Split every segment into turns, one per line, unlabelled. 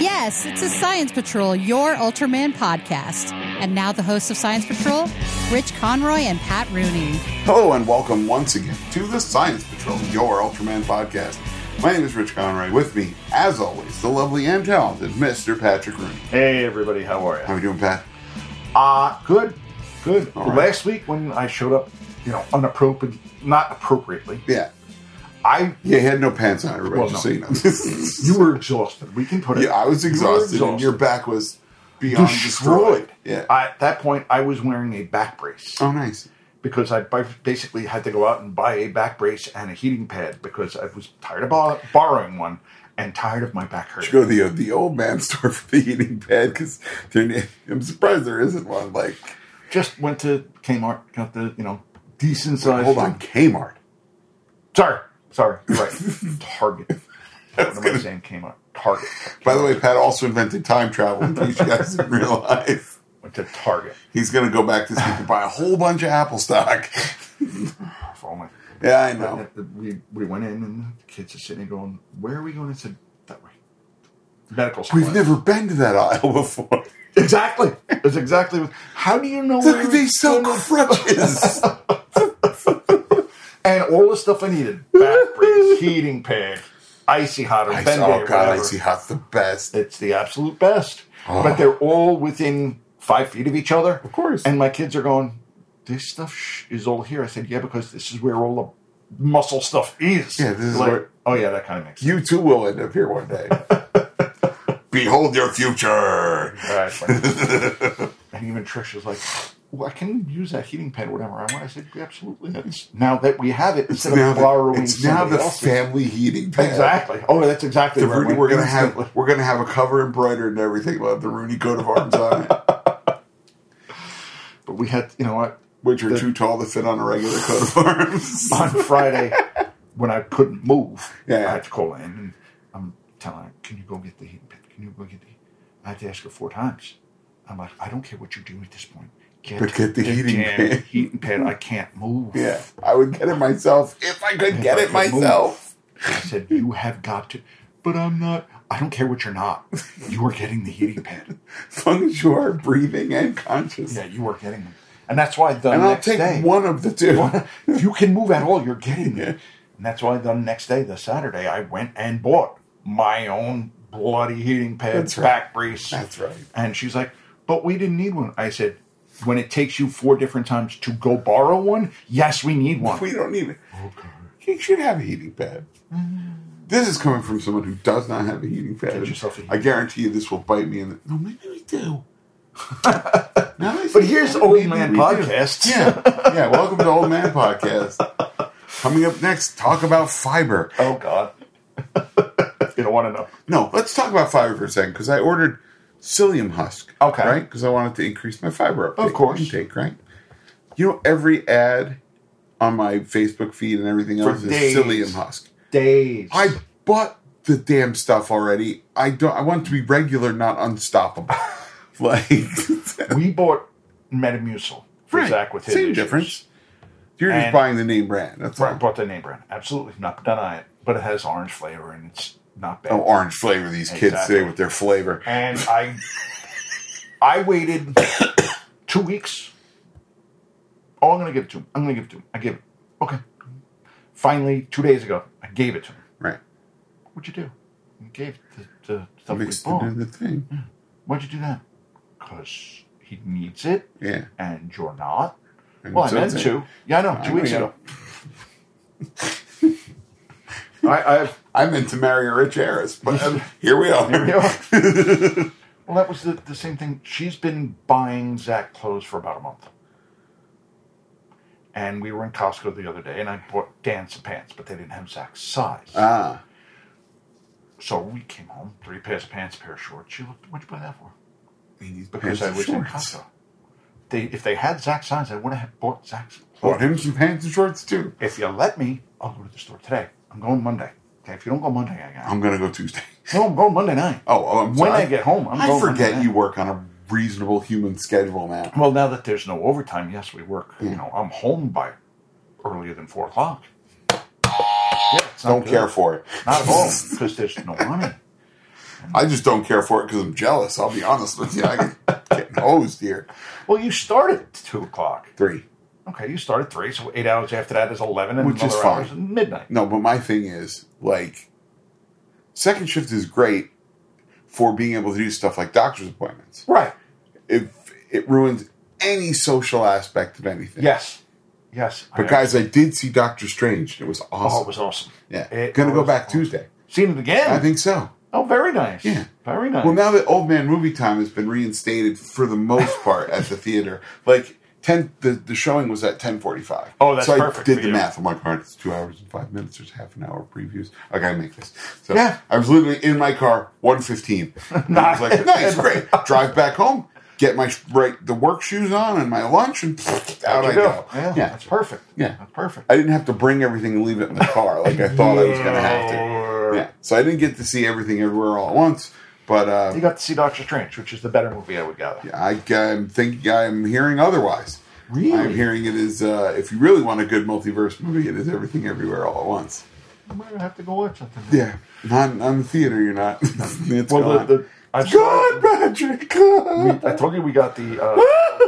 Yes, it's a Science Patrol, your Ultraman podcast. And now the hosts of Science Patrol, Rich Conroy and Pat Rooney.
Hello and welcome once again to the Science Patrol, your Ultraman podcast. My name is Rich Conroy. With me, as always, the lovely and talented Mr. Patrick Rooney.
Hey everybody, how are
How
you?
are you doing, Pat?
Uh good, good.
All right.
Last week when I showed up, you know, unappropriate, not appropriately,
Yeah.
I
You had no pants on, everybody.
Well,
just
no.
so you know.
you were exhausted. We can put it.
yeah, I was
You were
exhausted, and your back was beyond destroyed.
destroyed.
Yeah.
I- at that point, I was wearing a back brace
oh, nice.
because I bi- basically had to go out and buy a back brace and a heating pad because I was tired of bo- borrowing one and tired of my back
Should
hurting.
go to the, uh, the old man store for the heating pad because I'm surprised there isn't one. Like,
Just went to Kmart, got the you know decent size.
hold on, Kmart.
Sorry, sorry. You're right. Target. what am I saying? Kmart. Target.
By the way, Pat also invented time travel, in case you guys didn't realize.
Went to Target.
He's going to go back this week and buy a whole bunch of Apple stock.
If only.
Yeah, I know.
We, we went in and the kids are sitting there going, Where are we going? I said, That way. Medical supply.
We've never been to that aisle before.
Exactly. That's exactly what. How do you know? where
Look, they
it's
sell
gonna-
crutches.
And all the stuff I needed back brace, heating pad, icy hot or
I
Bengay,
oh, God,
whatever.
Icy Hot's the best.
It's the absolute best.
Oh.
But they're all within five feet of each other. Of
course.
And my kids are going, this stuff sh- is all here. I said, yeah, because this is where all the muscle stuff is.
Yeah, this is where-
Oh, yeah, that kind of makes sense.
You too will end up here one day. Behold your future.
Exactly. and even Trish was like, well, I can use that heating pad, whatever I want. I said, absolutely. That's, now that we have it, instead
Now
of
the,
borrowing
it's now
somebody
the
else's-
family heating pad.
Exactly. Oh, that's exactly
The
where I
Rooney,
went
we're gonna
instantly.
have we're gonna have a cover embroidered and everything. We'll have the Rooney coat of arms on it,
But we had, you know what?
which are too tall to fit on a regular coat of arms.
on Friday when I couldn't move.
Yeah.
I had to call in and I'm telling her, Can you go get the heating pad? Can you go get the I had to ask her four times. I'm like, I don't care what you do at this point. Get,
But get the heating
damn
pad."
heating pad. I can't move.
Yeah, I would get it myself if I could
If
get
I
it
could
myself.
I said, You have got to but I'm not I don't care what you're not. You are getting the heating pad.
As long as you are breathing and conscious,
Yeah, you are getting them. And that's why the
and I'll
next
take
day
one of the two.
if you can move at all, you're getting
Yeah.
there. And that's why the next day, the Saturday, I went and bought my own bloody heating pads,
That's right.
back brace.
That's right.
And she's like, but we didn't need one. I said, when it takes you four different times to go borrow one, yes, we need one.
We don't need it. You should have a heating pad. This is coming from someone who does not have a heating pad.
Get yourself a heating
I guarantee you this will bite me in the. No, maybe we do. Now that I
but
think
here's
about it,
Old
maybe
Man
we do.
Podcasts.
Yeah, yeah. Welcome to Old Man Podcast. Coming up next, talk about fiber.
Oh, God. you don't want to know.
No, let's talk about fiber for a second because I ordered psyllium husk.
Okay.
Right? Because I wanted to increase my fiber uptake,
Of course.
intake, right? You know, every ad on my Facebook feed and everything
For
else is
days.
psyllium husk.
Days.
I bought the damn stuff already. I don't. I want it to be regular, not unstoppable. like,
we bought Metamucil for Zach with his
same
issues.
difference. You're just
And-
buying the name brand. That's
Right,
right.
bought the name brand. Absolutely not deny it, but it has orange flavor and it's not bad.
Oh, orange flavor. These kids
Exactly.
today with their flavor.
And I, I waited two weeks. Oh, I'm gonna give it to him. I'm gonna give it to him. I gave it. Okay. Finally, two days ago, I gave it to him.
Right.
What'd you do? I gave the, the stuff Mm. we
Mixed it
bought.
in the thing.
Why'd you do that? Because he needs it,
Yeah.
and you're not.
And
Well, I
so
meant
it's-
to. Yeah, I know.
I
Two
know
weeks
you
ago. I, I've
I meant to marry a rich heiress, but um, here we are.
Here we are. well, that was the, the same thing. She's been buying Zach clothes for about a month. And we were in Costco the other day, and I bought Dan some pants, but they didn't have Zach's size.
Ah,
so we came home, three pairs of pants, a pair of shorts. She looked, what'd you buy that for?
because
Because I was in Costco. They, if they had Zach's size, I would have bought Zach's
Bought him some pants and shorts too.
If you let me, I'll go to the store today. I'm going Monday. Okay, if you don't go Monday, I got
I'm gonna go Tuesday.
No, I'm going Monday night.
Oh, oh I'm
When
sorry.
I get home, I'm
Um, I
going Monday
forget
night.
you work on a reasonable human schedule now.
Well, now that there's no overtime, yes, we work. You know, I'm home by earlier than four o'clock. Yeah, it's not
Don't
good.
care for it.
Not at all, because there's no money.
I just don't care for it because I'm jealous. I'll be honest with you. I get getting hosed here.
Well, you started at two o'clock.
Three.
Okay, you start at three, so eight hours after that is eleven, and
Which is
another
fine.
hour is midnight.
No, but my thing is like second shift is great for being able to do stuff like doctor's appointments.
Right.
If it ruins any social aspect of anything.
Yes. Yes. I
But guys, I did see Doctor Strange. It was
know. oh,
awesome.
it was awesome.
yeah.
it
Gonna go
was
back
awesome.
Tuesday.
Seen it again.
I think so.
oh, very nice.
Yeah.
Very nice.
Well, now that Old Man Movie Time has been reinstated for the most part at the theater, like ten, the, the showing was at ten forty five.
Oh, that's
so
perfect
I
for
did the
you.
math. I'm like, all right, it's two hours and five minutes. There's half an hour of previews. I gotta make this. So
Yeah.
I was literally in my car, one fifteen. I was like, nice, great. Drive back home, get my sh- right the work shoes on and my lunch, and out
There
I
you
go.
Yeah, That's perfect.
Yeah.
That's perfect.
I didn't have to bring everything and leave it in the car like I thought I was gonna have to. Yeah, so I didn't get to see everything everywhere all at once, but. Uh,
You got to see Doctor Strange, which is the better movie, I would gather.
I, I'm thinking I'm hearing otherwise.
Really?
I'm hearing it is uh, if you really want a good multiverse movie, it is everything everywhere all at once.
I might have to go watch something.
Yeah, not on the theater. You're not. It's
Well,
gone.
the, the I saw-
God, Patrick. God.
I told you we got the uh,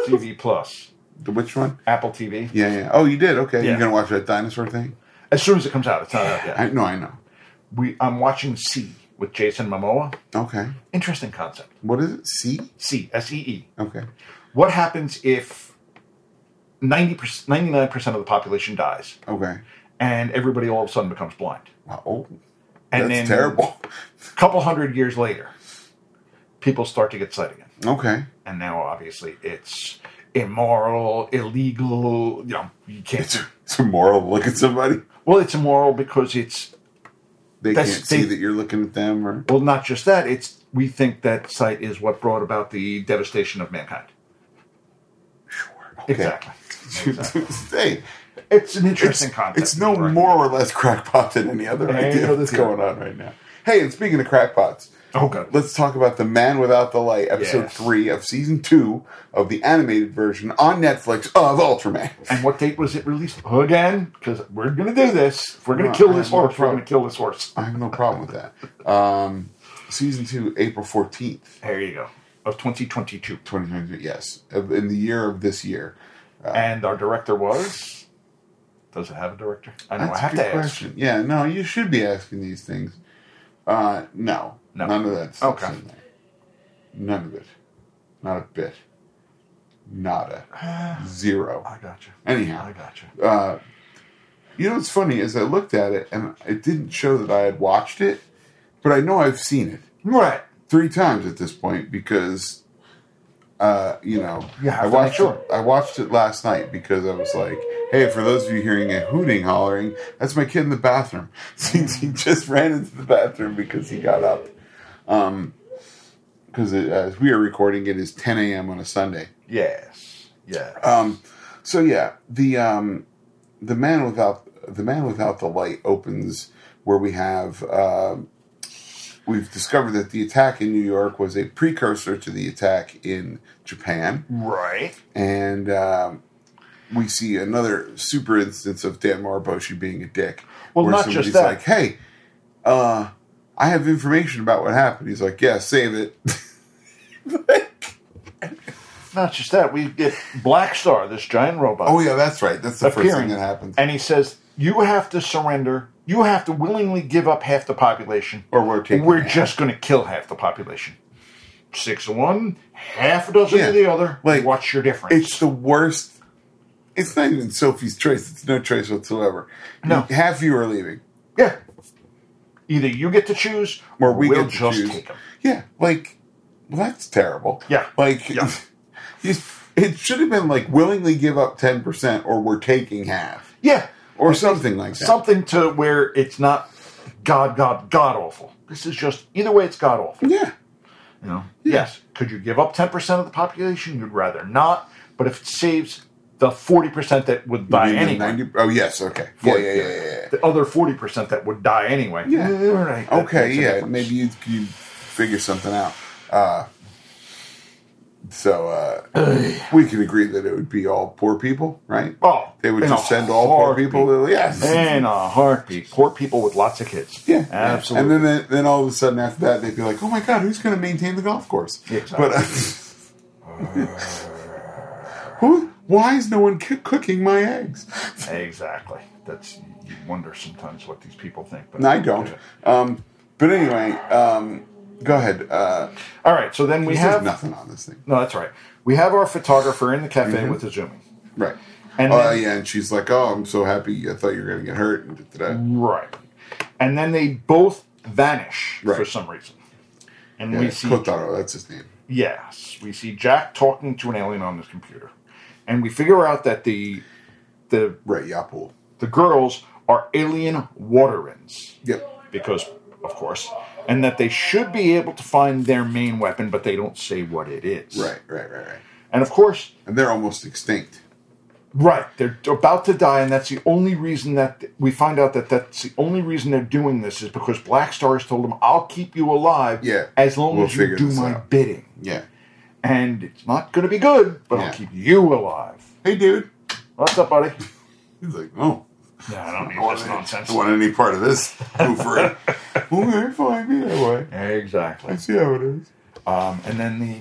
TV Plus,
The which one?
Apple TV.
Yeah, yeah. Oh, you did. Okay,
Yeah.
you're gonna watch that dinosaur thing?
As soon as it comes out, it's not out yet.
I no, I know.
we I'm watching C with Jason Momoa.
Okay,
Interesting concept.
what is it? C.
C S E E.
Okay.
What happens if 90 99% of the population dies
Okay.
and everybody all of a sudden becomes blind?
Wow. Oh,
And
that's
then
terrible.
a couple hundred years later, people start to get sight again.
Okay.
And now obviously it's immoral, illegal, you know, you
It's,
can't
it's immoral to look at somebody.
Well, it's immoral because it's
They
That's-
can't see
they-
that you're looking at them, or
well not just that, it's we think that sight is what brought about the devastation of mankind.
Okay.
Exactly. Exactly.
hey,
It's an interesting concept.
It's no
Right.
more or less crackpot than any other
Yeah, you
idea
know
that's
this guy.
going on right now. Hey, and speaking of crackpots,
Oh, God.
let's talk about The Man Without the Light, episode
Yes.
three of season two of the animated version on Netflix of Ultraman.
And what date was it released? Again, because we're going to do this. If we're going
No,
to kill
I
this
have no
horse. We're
problem.
going to kill this horse.
I have no problem with that. Um, season two, April 14th,
There you go. Of 2022.
2022, yes, of- in the year of this year. Uh,
And our director was. Does it have a director? I know. I
a
have
good
to ask.
Yeah, no, you should be asking these things. Uh, no,
No.
none of that. stuff's
Okay.
in there. None of it. Not a bit. Nada. Zero.
I got you. I
Anyhow,
got you.
uh, you know what's funny is I looked at it and it didn't show that I had watched it, but I know I've seen it
Right.
three times at this point because, uh, you know,
You have
I
to make
watched
sure.
it, I watched it last night because I was like, hey, for those of you hearing a hooting hollering, that's my kid in the bathroom. he he just ran into the bathroom because he got up. Because as we are recording, it is 10 a.m. on a Sunday.
Yes. Yeah.
Um, so yeah, the um, the man without the man without the light opens where we have um we've discovered that the attack in New York was a precursor to the attack in Japan,
right.
and um, we see another super instance of Dan Moriboshi being a dick.
Well, not just that.
like, "Hey, uh, I have information about what happened." He's like, "Yeah, save it."
Not just that. We get Black Star, this giant robot.
oh yeah, that's right. That's the first
appearing,
thing that happens.
and he says, "You have to surrender. You have to willingly give up half the population,
Or we're taking
We're
half."
just going to kill half the population. Six of one, half a dozen
Yeah.
of the other.
Like,
what's your
It's
difference?
the worst. It's not even Sophie's choice. It's no choice whatsoever.
No.
half of you are leaving,
yeah. Either you get to choose,
or we
will
get to
just
choose.
take them.
Yeah, like well, that's terrible.
Yeah.
like
Yeah.
you- it should have been like willingly give up ten percent, or we're taking half,
Yeah,
or something like that.
something to where it's not god, god, god awful. This is just either way, it's god awful.
yeah,
You know? Yes. Could you give up ten percent of the population? You'd rather not, but if it saves the forty percent that would die
You mean the
anyway.
90 oh yes, okay, yeah, yeah, yeah, yeah. yeah.
the other forty percent that would die anyway.
Yeah.
all right. that
Okay,
makes a
yeah,
difference.
maybe you you figure something out. Uh, So uh, we can agree that it would be all poor people, right?
Oh,
They would
in
just
a
send all poor
heartbeat.
people. to- Yes.
In a heartbeat. Poor people with lots of kids.
Yeah,
Absolutely.
And then, then all of a sudden after that, they'd be like, "Oh my God, who's going to maintain the golf course?"
Yeah, exactly.
But uh, who? Why is no one c- cooking my eggs?
exactly. That's you wonder sometimes what these people think. But
No, I don't. Um, but anyway, um, go ahead. Uh,
All right. So then we
there's
have
nothing on this thing,
no. That's all right. We have our photographer in the cafe
Mm-hmm.
with the zooming.
right?
And
oh
then-
yeah, and she's like, "Oh, I'm so happy. I thought you were going to get hurt." And
Mm-hmm.
da-da-da.
Right. And then they both vanish for
Right.
some reason. And
Yeah,
we see
Kotaro, that's his name.
yes, we see Jack talking to an alien on his computer. And we figure out that the the
Right, Yapul.
the girls are alien waterins
Yep.
because of course and that they should be able to find their main weapon but they don't say what it is.
Right, right, right, right.
And of course,
And they're almost extinct.
right, they're about to die and that's the only reason that we find out that that's the only reason they're doing this is because Black Star has told them I'll keep you alive
Yeah,
as long
we'll
as you
figure
do
this
my
out."
bidding.
Yeah.
And it's not going to be good, but
Yeah.
I'll keep you alive.
Hey, dude.
What's up, buddy?
He's like, "Oh."
Yeah, I don't
I don't want any- I don't want any part of this. Hoover. okay, fine. Yeah, why?
Exactly.
I see how it is.
Um, and then the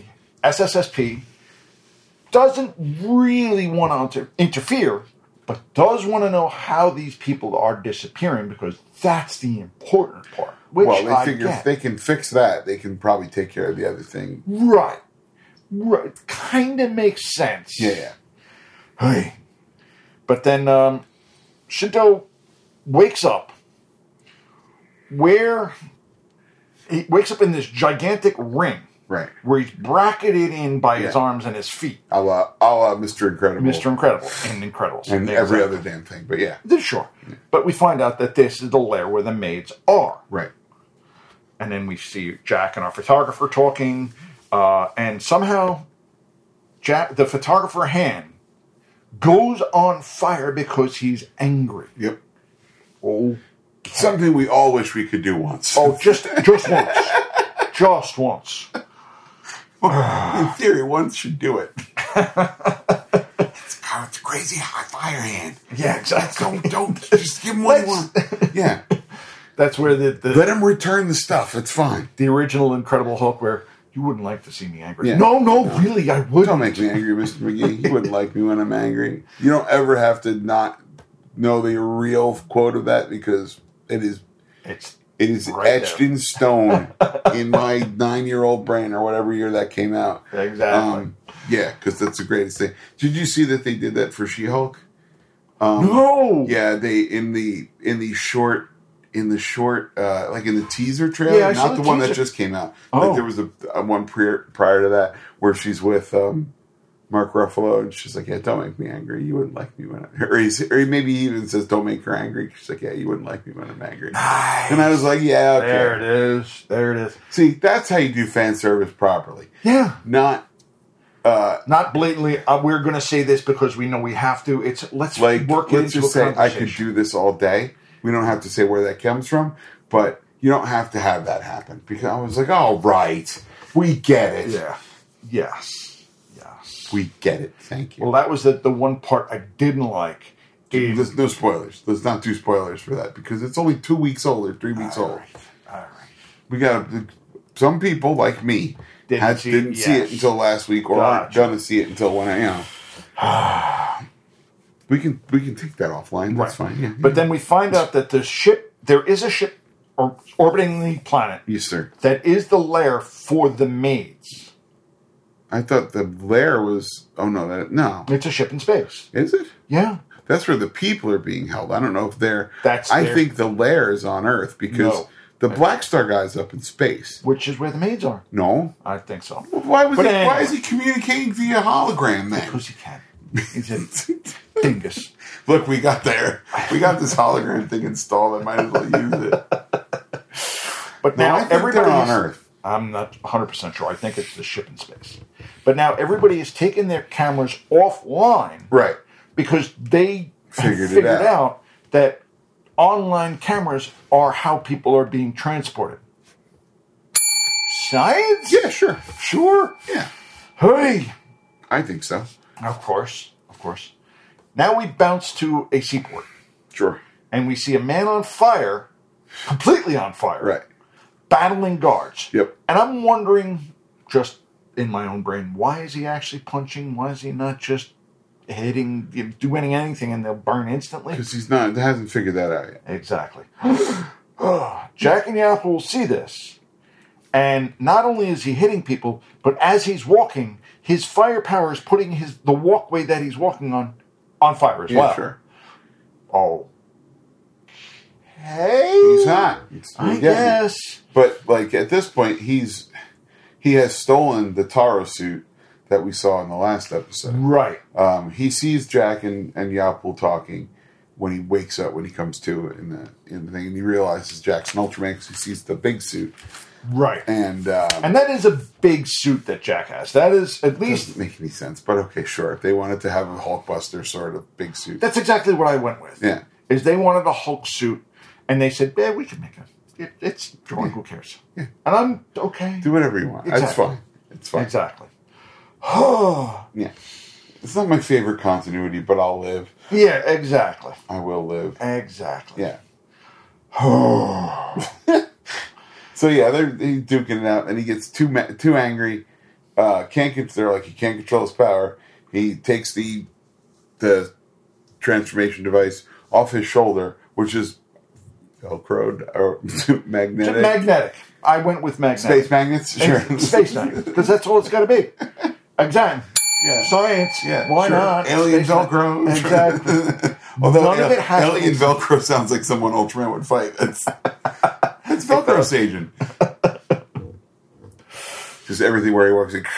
SSSP doesn't really want to interfere, but does want to know how these people are disappearing because that's the important part. Which
well, they
I
figure
get.
if they can fix that, they can probably take care of the other thing.
right, right, kind of makes sense.
Yeah, yeah.
Hey. But then um, Shinto wakes up where he wakes up in this gigantic ring
Right.
where he's bracketed in by his
Yeah.
arms and his feet.
A la, a la Mr. Incredible.
Mr. Incredible and Incredibles.
And
Exactly.
every other damn thing. But yeah.
Then Sure. But we find out that this is the lair where the maids are.
Right.
And then we see Jack and our photographer talking. Uh, and somehow, Jack, the photographer hand goes on fire because he's angry.
Yep.
Oh,
Something we all wish we could do once.
oh, just just once, just once.
in theory, once should do it. it's, God, it's a crazy hot fire hand.
Yeah, exactly.
Don't, don't. Just give him what he
Let's-
wants. Yeah.
That's where the the,
Let him return the stuff. It's fine.
the original Incredible Hulk, where you wouldn't like to see me angry.
Yeah.
No, no, really, I would.
Don't make me angry, Mr. McGee. You wouldn't like me when I'm angry. You don't ever have to not know the real quote of that because it is
It's
it is
Right
etched
there.
in stone in my nine year old brain or whatever year that came out.
exactly.
Um, yeah, because that's the greatest thing. Did you see that they did that for She Hulk?
no.
Yeah, they in the in the short in the short uh like in the teaser trailer,
Yeah, I saw
not the,
the
one that
teaser.
just came out.
Oh.
Like there was a, a one prior prior to that where she's with um Mark Ruffalo and she's like, "Yeah, don't make me angry. You wouldn't like me when I'm." Or, he's, or he maybe even says, "Don't make her angry." She's like, "Yeah, you wouldn't like me when I'm angry." And I was like, "Yeah, okay."
There it is. There it is.
See, that's how you do fan service properly.
Yeah.
Not
Not blatantly. Uh, we're going to say this because we know we have to. It's let's
like
work it
let's
into
just
a
say I
conversation.
could do this all day. We don't have to say where that comes from, but you don't have to have that happen because I was like, all right, we get it,
Yeah. Yes. Yes.
we get it. Thank you.
Well, that was the, the one part I didn't like. is-
There's no spoilers. Let's not do spoilers for that because it's only two weeks old or three weeks
All
old.
right. All right.
We got to some people like me
Didn't
had,
see-
didn't see it
yes.
until last week or aren't
Gotcha.
gonna see it until when I am. we can we can take that offline. That's
Right.
fine. Yeah.
But then we find out that the ship, there is a ship or, orbiting the planet
yes, sir.
that is the lair for the maids.
I thought the lair was. Oh no, that no.
It's a ship in space.
Is it?
Yeah.
That's where the people are being held. I don't know if they're.
That's
I
their-
think the lair is on Earth because
No.
the Black Star guy's up in space.
Which is where the maids are.
No.
I think so.
Why was
But
he,
anyway.
Why is he communicating via hologram then?
Because he can. He's a dingus.
Look, we got there. We got this hologram thing installed. I might as well use it. No,
But now
I think
everybody
they're on
is-
Earth.
I'm not 100% sure. I think it's the ship in space. But now everybody has taken their cameras offline
Right.
because they
Figured
figured,
it
figured
out.
out. that online cameras are how people are being transported. Science?
Yeah. Sure.
Sure.
Yeah.
Hey!
I think so.
Of course, of course. Now we bounce to a seaport
Sure.
and we see a man on fire, completely on fire,
Right.
battling guards.
Yep.
And I'm wondering, just in my own brain, why is he actually punching? Why is he not just hitting, you know, doing anything, and they'll burn instantly?
Because he's not hasn't figured that out yet.
Exactly. Ah, Jack and the Apple will see this. And not only is he hitting people, but as he's walking, his firepower is putting his the walkway that he's walking on on fire as
Yeah,
well.
sure.
Oh. Hey.
He's hot. It's-
I
he gets it.
guess.
But like at this point, he's he has stolen the Taro suit that we saw in the last episode.
Right.
Um, he sees Jack and, and Yapul talking when he wakes up when he comes to in the in the thing, and he realizes Jack's an Ultraman because he sees the big suit,
Right.
and um,
And that is a big suit that Jack has. That is at least
doesn't make any sense. But okay, sure. If they wanted to have a Hulkbuster sort of big suit,
that's exactly what I went with.
yeah,
Is they wanted a Hulk suit, and they said, "Yeah, we can make a. It, it's drawing. Who cares?"
Yeah.
And I'm okay.
do whatever you want. That's
Exactly.
fine. It's fine.
Exactly.
Yeah, it's not my favorite continuity, but I'll live.
Yeah, exactly.
I will live.
Exactly.
Yeah. so yeah, they're, they duking it out, and he gets too ma- too angry. Uh, can't get they're like he can't control his power. He takes the the transformation device off his shoulder, which is velcroed or
Just
magnetic.
Magnetic. I went with magnetic.
Space magnets, sure.
Ex- Space magnet. Because that's all it's got to be. Exactly.
Yeah.
Science.
Yeah,
Why
sure.
not?
Alien
Space magnet.
Velcro.
Exactly.
Although
None of it has to
alien
be-
Velcro sounds like someone Ultraman would fight. It's, it's Velcro's agent. Just everything where he works. Like,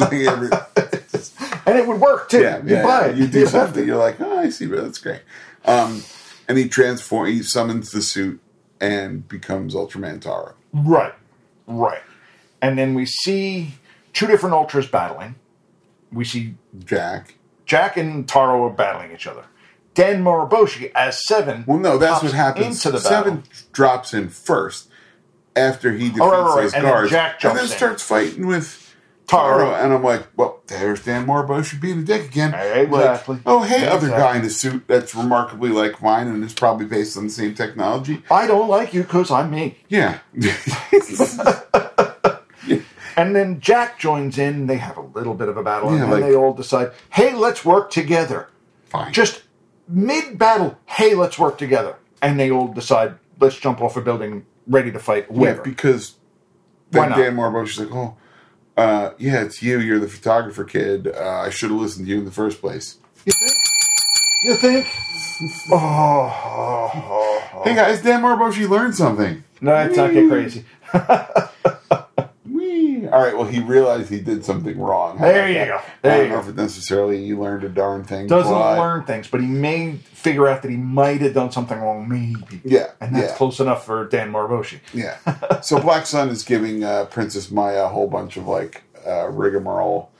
Like every-
and it would work too.
yeah,
you
yeah,
buy
yeah.
it.
You do
Yeah.
something, you're like, oh, I see, but that's great. Um, and he transform. He summons the suit and becomes Ultraman Tara.
Right. Right. And then we see two different ultras battling. We see
Jack.
Jack and Taro are battling each other. Dan Moroboshi as Seven.
Well, no, that's
pops
what happens.
Into the battle.
Seven drops in first after he defeats
Oh, right, right,
his
right. And then
guards,
Jack jumps
and then
in.
starts fighting with
Taro.
Taro. And I'm like, well, there's Dan Morboshi being a dick again. Like,
Exactly.
oh, hey, other
Exactly.
guy in a suit that's remarkably like mine and is probably based on the same technology.
I don't like you because I'm me.
Yeah,
And then Jack joins in. They have a little bit of a battle,
Yeah,
and
like-
then they all decide, "Hey, let's work together."
fine.
Just mid battle, "Hey, let's work together," and they all decide, "Let's jump off a building, ready to fight."
yeah,
Whatever.
because
Why
then
not?
Dan Morboshi's like, oh, uh, yeah, it's you. You're the photographer kid. Uh, I should have listened to you in the first place.
you think? You think? oh, oh, oh, oh.
Hey guys, Dan Morboshi learned something.
no, let's not get crazy.
Whee. All right. Well, he realized he did something wrong. How
There
about
you
that?
go. There
I
you
don't
go.
know if it necessarily you learned a darn thing.
Doesn't
but-
learn things, but he may figure out that he might have done something wrong, maybe.
Yeah,
and that's
yeah.
close enough for Dan Marboshi.
Yeah. so Black Sun is giving uh, Princess Maya a whole bunch of like uh, rigmarole.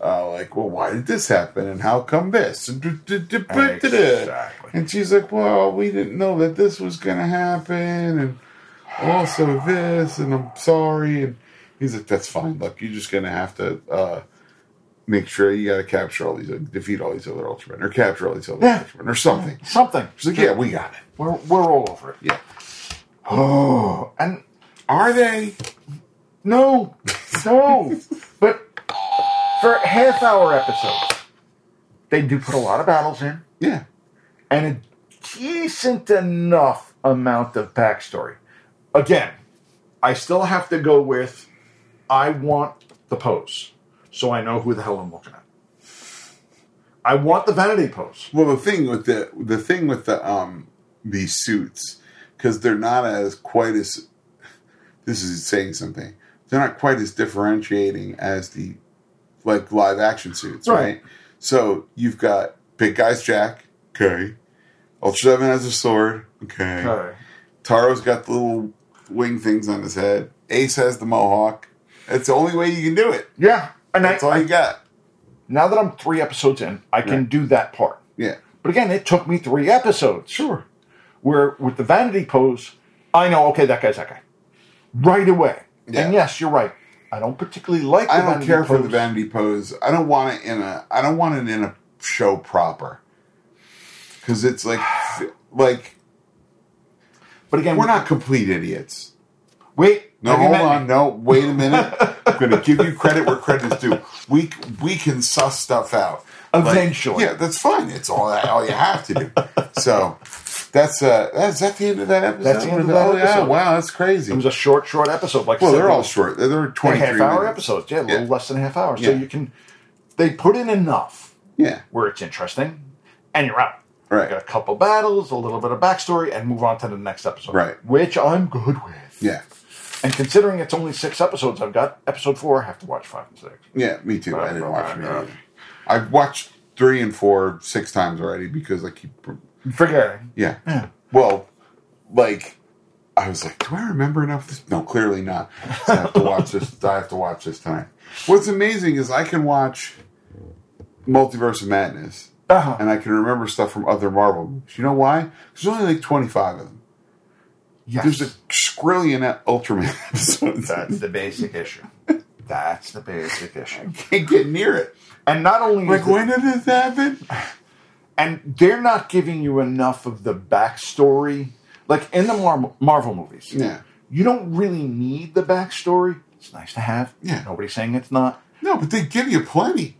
Uh, like, well, why did this happen, and how come this? And, du- du- du- du- du- du.
Exactly.
and she's like, "Well, we didn't know that this was going to happen, and also this, and I'm sorry." And he's like, "That's fine. Look, you're just going to have to uh, make sure you got to capture all these, defeat all these other Ultramen, or capture all these other
Yeah.
Ultramen, or something."
Something.
She's like, "Yeah, we got it.
We're, we're all over it.
Yeah,
Oh, and
are they?"
no, no. but for half hour episodes, they do put a lot of battles in
Yeah.
and a decent enough amount of backstory. Again, I still have to go with I want the pose so I know who the hell I'm looking at. I want the vanity pose.
Well, the thing with the the thing with the um these suits because they're not as quite as this is saying something. They're not quite as differentiating as the like live action suits, right?
Right.
So you've got big guy's Jack, okay. Ultra Seven has a sword, okay.
Okay.
Taro's got the little wing things on his head. Ace has the mohawk. That's the only way you can do it.
Yeah. And I,
That's all you got.
now that I'm three episodes in, I can do that part.
Yeah,
But again, it took me three episodes.
sure.
Where with the vanity pose, I know, okay, that guy's that guy. Right away.
Yeah.
And yes, you're right. I don't particularly like. The
I don't
vanity
care for the
pose.
vanity pose. I don't want it in a. I don't want it in a show proper. Because it's like, f- like
But again,
we're not complete idiots.
Wait,
No,
have you
hold
met
on.
me?
No, wait a minute. I'm going to give you credit where credit is due. We we can suss stuff out Like,
Eventually.
yeah, that's fine. It's all all you have to do. So that's uh that's that the end of that episode.
That's the end of that
oh, Yeah,
episode.
wow, that's crazy.
It was a short, short episode. Like I
well,
said,
they're
it
all
was
short. They're- They're
a
twenty
half
three
hour episodes. Yeah, a little
Yeah.
less than a half hour. So
Yeah.
you can, they put in enough
Yeah,
where it's interesting, and you're out.
Right.
Got a couple battles, a little bit of backstory, and move on to the next episode.
Right.
Which I'm good with.
yeah,
And considering it's only six episodes, I've got episode four. I have to watch five and six.
yeah. Me too. I didn't
Right,
watch
right,
it.
right.
I've watched three and four six times already because I keep
Forgetting.
yeah.
Yeah.
Well, like I was like, do I remember enough? This? No, clearly not. So I have to watch this. I have to watch this tonight. What's amazing is I can watch Multiverse of Madness,
Uh-huh.
and I can remember stuff from other Marvel movies. You know why? There's only like 25 of them.
Yes.
There's a scrillion Ultraman episodes.
That's the basic issue. That's the basic issue.
Can't get near it.
And not only is
Like,
it-
when did this happen?
and they're not giving you enough of the backstory. Like in the Mar- Marvel movies,
Yeah.
you don't really need the backstory. It's nice to have.
Yeah.
Nobody's saying it's not.
No, but they give you plenty.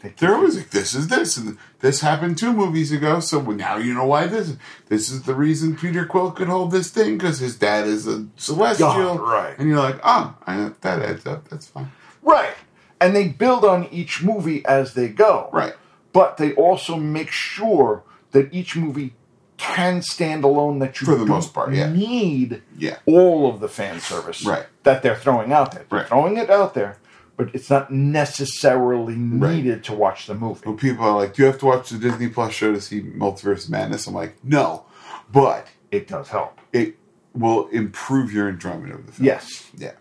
They give
They're
you-
always like, this is this, and this happened two movies ago, so now you know why this. This is the reason Peter Quill could hold this thing because his dad is a celestial,
God, right.
And you're like, oh, I, that adds up. That's fine,
right, and they build on each movie as they go.
right?
but they also make sure that each movie can stand alone. That you
For the
don't
most part, yeah.
need
Yeah.
all of the fan service
Right.
that they're throwing out there. They're
Right.
throwing it out there, but it's not necessarily
Right.
needed to watch the movie.
When people are like, do you have to watch the Disney Plus show to see Multiverse of Madness? I'm like, no, but
It does help.
it will improve your enjoyment of the film.
Yes.
yeah,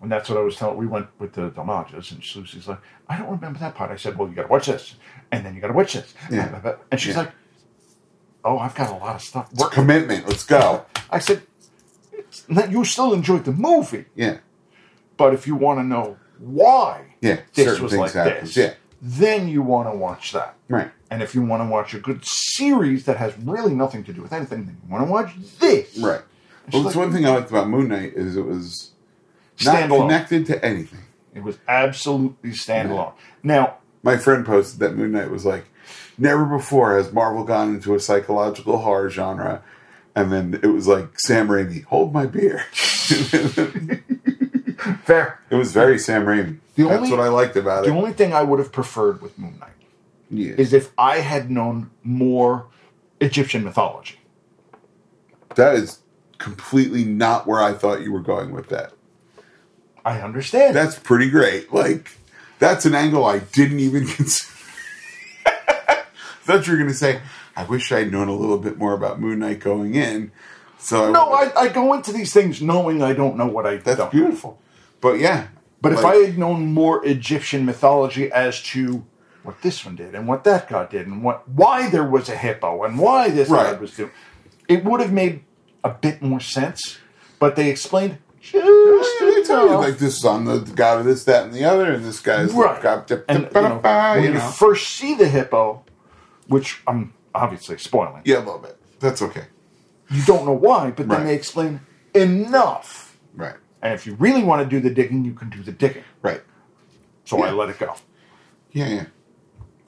And that's what I was telling. We went with the Delmages, and Lucy's like, "I don't remember that part." I said, "Well, you got to watch this, and then you got to watch this."
Yeah.
And she's
Yeah.
like, "Oh, I've got a lot of stuff."
it's
Work.
commitment. Let's go.
I said, it's not, "You still enjoyed the movie,
Yeah,
but if you want to know why
yeah.
this
certain
was
things
like
happens.
this,
Yeah,
then you want to watch that."
right.
And if you want to watch a good series that has really nothing to do with anything, then you want to watch this.
Right.
It's
Well, that's
like-
one thing I liked about Moon Knight is it was not
Standalone.
connected to anything.
It was absolutely standalone. Now,
My friend posted that Moon Knight was like, never before has Marvel gone into a psychological horror genre. And then it was like Sam Raimi, hold my beer.
fair.
It was very Sam Raimi.
The
That's
only-
what I liked about
The
it.
only thing I would have preferred with Moon Knight
Yeah.
is if I had known more Egyptian mythology.
that is completely not where I thought you were going with that.
I understand.
That's pretty great. Like, that's an angle I didn't even consider. thought you were going to say, I wish I'd known a little bit more about Moon Knight going in. So
no, I, I go into these things knowing I don't know what I
that's
don't.
beautiful. But yeah,
But if
like,
I had known more Egyptian mythology as to what this one did and what that god did and what why there was a hippo and why this
Right.
god was doing, it would have made a bit more sense. But they explained just
Yeah, they tell you,
enough.
like this is on the guy with this, that, and the other, and this guy's
right.
got-
and you know, when
you
you
know.
first see the hippo, which I'm obviously spoiling,
yeah, a little bit. That's okay,
you don't know why, but
Right.
then they explain enough.
right,
And if you really want to do the digging, you can do the digging.
right,
So I
Yeah.
let it go.
yeah, yeah.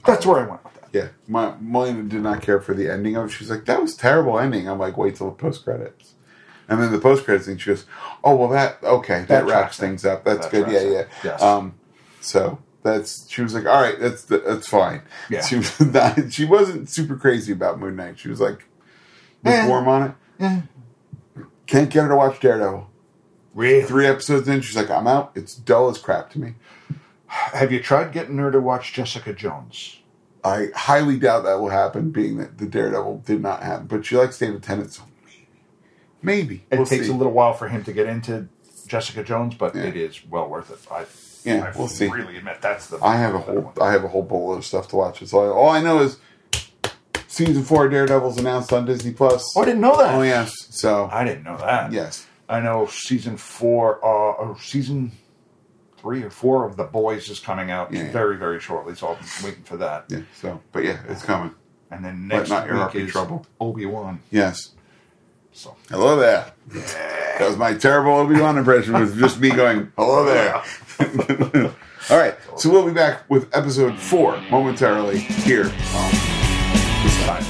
That's where I went with that.
Yeah, my Melina did not care for the ending of it. She's like, "That was terrible ending." I'm like, "Wait till the post credits," and then the post credits thing. She goes, "Oh well, that okay, that,
That
wraps
tracks it.
things up. That's
That
good. Yeah,
tracks it.
yeah."
Yes.
Um, so that's she was like, "All right, that's that's fine."
Yeah.
She was not, she wasn't super crazy about Moon Knight. She was like, was
Eh.
warm on it.
Yeah.
Can't get her to watch Daredevil.
Really?
Three episodes in, she's like, "I'm out. It's dull as crap to me."
Have you tried getting her to watch Jessica Jones?
I highly doubt that will happen, being that the Daredevil did not happen. But she likes David Tennant, so maybe. maybe.
It
We'll
takes
see.
a little while for him to get into Jessica Jones, but
Yeah.
it is well worth it. I,
Yeah,
I
we'll see.
really admit that's the.
I have a whole I have a whole bowl of stuff to watch. It's all, all I know is season four of Daredevil's announced on Disney Plus.
Oh, I didn't know that.
Oh yes, so
I didn't know that.
yes,
I know season four, uh, or season three or four of the boys is coming out
Yeah, yeah.
very very shortly. So I'm waiting for that.
Yeah. So, but yeah, it's coming.
And then next
not Europe in
week is
trouble.
Obi Wan.
Yes.
So
Hello there. That was my terrible Obi Wan impression. Was just me going, "Hello there." All right. So we'll be back with episode four momentarily here. on this time.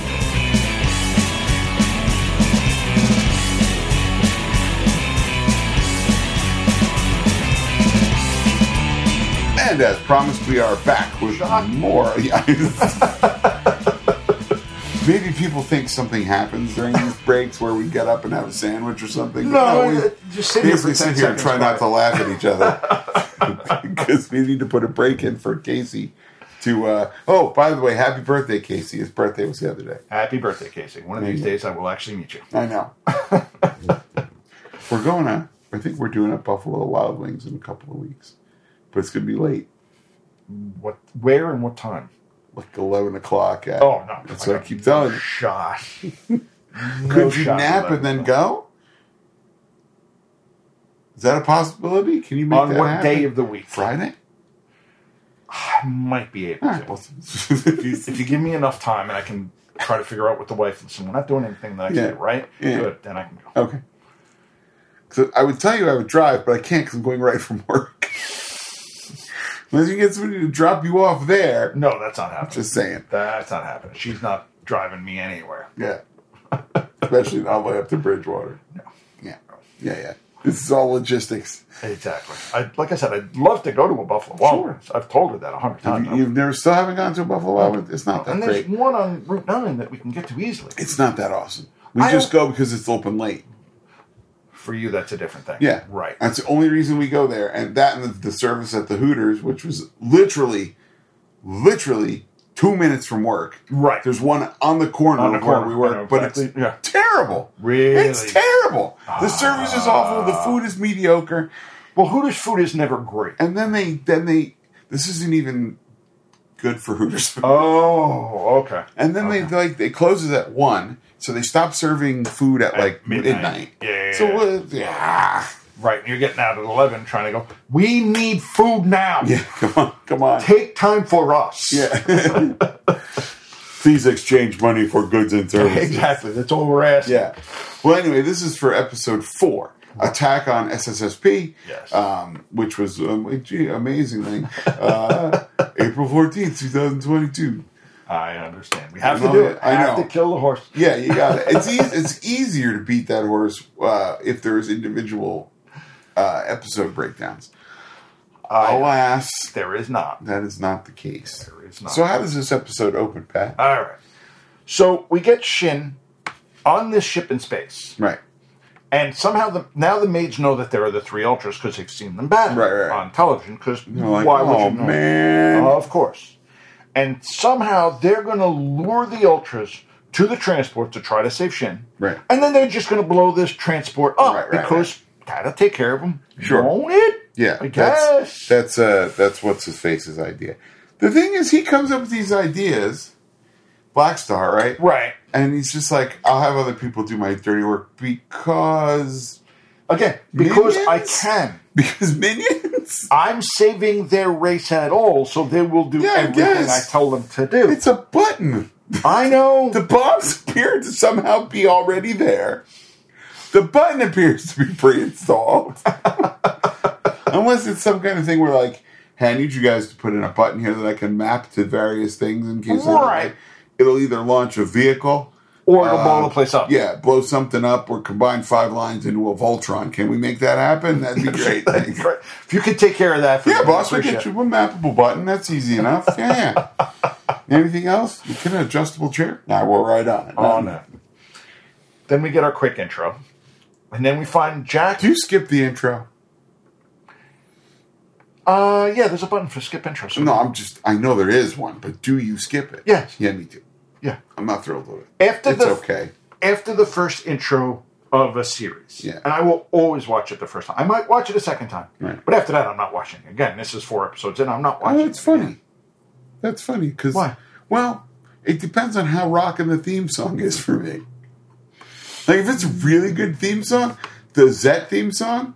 And as promised, we are back with more. Yeah. Maybe people think something happens during these breaks where we get up and have a sandwich or something. but
no,
we
uh, just sit here for
basically
10
sit here and
seconds,
try not to
quiet.
laugh at each other because we need to put a break in for Casey. To uh, oh, by the way, happy birthday, Casey! His birthday was the other day.
Happy birthday, Casey. One of these days I will actually meet you.
I know. we're going to. I think we're doing a Buffalo Wild Wings in a couple of weeks, but it's gonna be late,
What? Where and what time?
like eleven o'clock. At,
Oh no!
that's what I keep telling you.
Shot.
Could you nap and then go? Is that a possibility? Can you make
On
that
what
happen?
day of the week?
Friday?
I might be able
All
to.
right. Well, if you-
if you give me enough time and I can try to figure out what the wife and someone not doing anything that I
Yeah.
can do, right?
Yeah. Oh.
Good, then I can go.
Okay. So I would tell you I would drive, but I can't because I'm going right from work. Unless you get somebody to drop you off there.
No, that's not happening.
Just saying.
that's not happening. She's not driving me anywhere.
Yeah. Especially all the way up to Bridgewater.
No.
Yeah. Yeah, yeah. This is all logistics.
Exactly. I, like I said, I'd love to go to a Buffalo Wild
Sure.
Wings. I've told her that a hundred times.
You, have never still haven't gone to a Buffalo Wild Wings? It's not that
and there's
great.
one on Route Nine that we can get to easily.
It's not that awesome. We
I
just go because it's open late.
For you, that's a different thing.
Yeah.
Right.
That's the only reason we go there. And that and the, the service at the Hooters, which was literally, literally two minutes from work.
Right.
There's one on the corner
On the
of where
corner,
we
I know
were, but it's
exactly, yeah.
terrible.
Really? Ah.
It's terrible. The service is awful. The food is mediocre.
well, Hooters food is never great.
And then they, then they, this isn't even good for Hooters.
Oh, okay.
And then they like they closes at one, so they stop serving food at, like midnight.
midnight. Yeah.
So what? Yeah.
Right. You're getting out at eleven, trying to go. We need food now.
Yeah. Come on. Come on.
Take time for us.
Yeah. Please exchange money for goods and services.
Exactly. That's all we're asking.
Yeah. Well, anyway, this is for episode four Attack on SSSP,
Yes.
um, which was, um, gee, amazingly, uh, April 14th, 2022.
I understand. We have
No,
to do it.
I
I have
know.
to kill the horse.
Yeah, you got it. It's, eas it's easier to beat that horse uh, if there's individual uh, episode breakdowns. Alas,
There is not.
that is not the case.
There is not.
So, how does this episode open, Pat?
All right. So we get Shin on this ship in space,
right.
and somehow the now the maids know that there are the three ultras because they've seen them battle
Right, right, right.
on television. Because
They're like,
why would
oh,
you know? Oh,
man.
Of course. And somehow they're going to lure the ultras to the transport to try to save Shin.
Right.
And then they're just going to blow this transport up
Right, right,
because gotta take care of them.
Sure.
Won't it?
Yeah,
I guess.
that's that's uh that's what's his face's idea. The thing is, he comes up with these ideas, Black Star, right?
right.
And he's just like, I'll have other people do my dirty work because
Again, because I
Minions?
can.
because minions.
I'm saving their race at all, so they will do
Yeah, I
everything I,
guess.
tell them to do.
It's a button.
I know.
The bombs appear to somehow be already there. The button appears to be pre-installed, unless it's some kind of thing where like, hey, I need you guys to put in a button here that I can map to various things in case I-
Right.
it'll either launch a vehicle.
or it'll blow
uh,
the place up.
Yeah, blow something up or combine five lines into a Voltron. Can we make that happen? That'd be great. Thanks.
Right. If you could take care of that for
Yeah,
me,
boss, we
appreciate
get
it.
you a mappable button. That's easy enough. Yeah. Anything else? You can an adjustable chair? Nah, we're right on it.
on it. Um, Then we get our quick intro, and then we find Jack.
Do you skip the intro?
Uh, yeah, there's a button for skip intro. So
No, I'm just, I know there is one, but do you skip it?
Yes.
Yeah, me too.
yeah.
I'm not thrilled with it.
After
it's
the
okay.
after the first intro of a series,
Yeah.
and I will always watch it the first time. I might watch it a second time,
Right.
but after that, I'm not watching. it. Again, this is four episodes in. I'm not
Oh,
watching.
that's
it.
funny. That's funny because,
Why?
well, it depends on how rocking the theme song is for me. Like, if it's a really good theme song, the Zet theme song,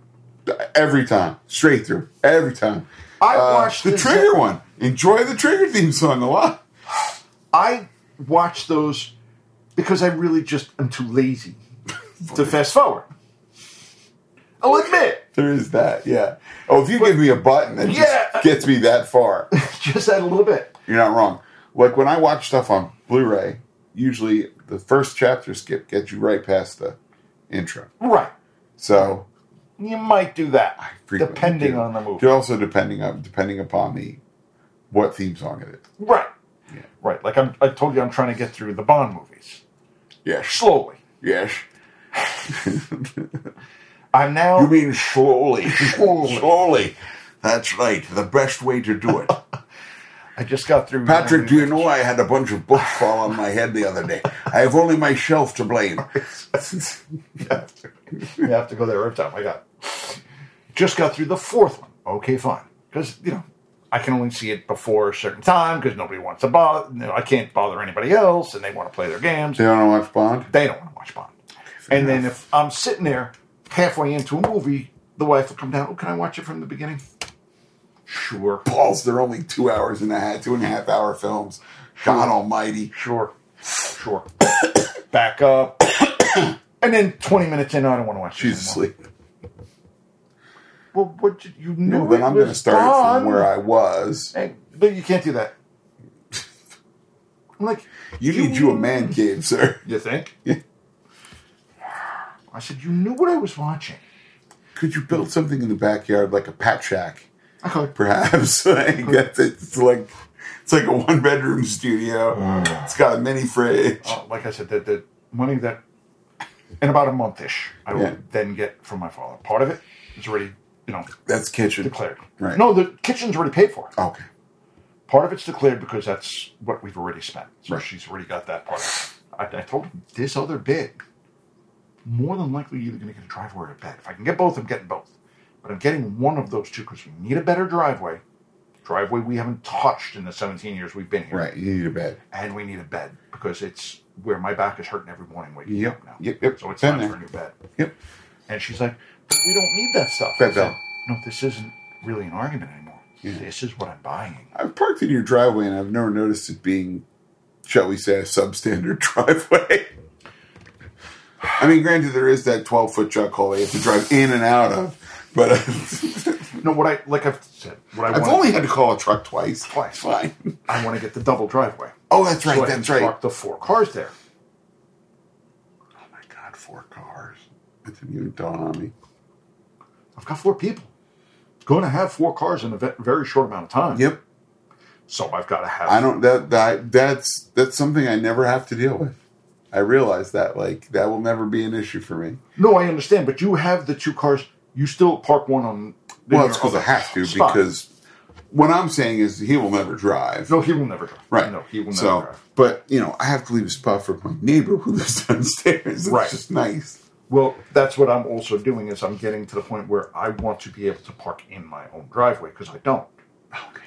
every time, straight through, every time.
I
Uh,
watched
the
this-
trigger one. Enjoy the trigger theme song a lot.
I watch those because I really just am too lazy to fast forward. I'll admit,
There is that, yeah. Oh, if you give me a button that
Yeah.
just gets me that far,
just that a little bit.
you're not wrong. Like when I watch stuff on Blu-ray, usually the first chapter skip gets you right past the intro.
Right.
So
You might do that,
frequently
depending
do.
on the movie.
They're also depending on depending upon the what theme song it is.
Right. Right. Like I'm, I told you, I'm trying to get through the Bond movies
Yes,
slowly.
yes.
I'm now.
You mean slowly, slowly. That's right. The best way to do it.
I just got through.
Patrick, do you know I had a bunch of books fall on my head the other day? I have only myself to blame.
You have to go there every time. I got. Just got through the fourth one. Okay, fine. Because you know, I can only see it before a certain time because nobody wants to bother. You know, I can't bother anybody else, and they want to play their games.
They don't watch Bond?
They don't want to watch Bond. and then if I'm sitting there halfway into a movie, the wife will come down. Oh, can I watch it from the beginning? Sure.
Balls, they're only two hours and a half, two and a half hour films. God almighty.
Sure. Sure. Back up. and then 20 minutes in, I don't want to watch
She's
this anymore.
asleep.
Well, what you, you knew
No, then
it
I'm
was
going to start it
done.
from where I was.
Hey, but you can't do that. I'm like,
You need you a man cave, sir.
you think?
Yeah.
I said, you knew what I was watching.
Could you build something in the backyard like a pat shack?
I could.
perhaps. like that's it. it's like it's like a one bedroom studio. it's got a mini fridge.
Oh, like I said, the, the money that in about a month ish, I will
Yeah.
then get from my father. Part of it is already, you know,
That's kitchen.
declared.
Right.
No, the kitchen's already paid for.
Okay.
Part of it's declared because that's what we've already spent. So
Right.
she's already got that part. I, I told him this other bid. More than likely, you're going to get a driveway or a bed. If I can get both, I'm getting both. But I'm getting one of those two because we need a better driveway. Driveway we haven't touched in the 17 years we've been here.
Right. You need a bed.
And we need a bed because it's where my back is hurting every morning waking
Yep,
up now.
yep, yep.
So it's
Been
time
there.
for a new bed.
Yep.
And she's like, but we don't need that stuff.
Bed
I said,
bell.
no, this isn't really an argument anymore. This is what I'm buying.
I've parked in your driveway and I've never noticed it being, shall we say, a substandard driveway. I mean, granted, there is that 12 foot chuck hole you have to drive in and out of, but uh, I've,
No, what I like I've said, what I
I've
want,
only had to call a truck twice.
Twice.
Fine.
I want to get the double driveway.
Oh, that's
So
right.
I can
That's right.
Park the four cars there.
Oh my God, four cars. That didn't even dawn on me.
I've got four people. Going to have four cars in a ve- very short amount of time.
Yep.
So I've got to have.
I don't that that that's that's something I never have to deal with. I realize that like that will never be an issue for me.
No, I understand, but you have the two cars. You still park one on.
Well,
in
it's
your
because I
other
have to
spot.
because what I'm saying is he will never drive.
no, he will never drive.
right.
No, he will never
so,
drive.
but you know, I have to leave a spot for my neighbor who lives downstairs. It's
Right.
just nice.
Well, that's what I'm also doing is I'm getting to the point where I want to be able to park in my own driveway because I don't.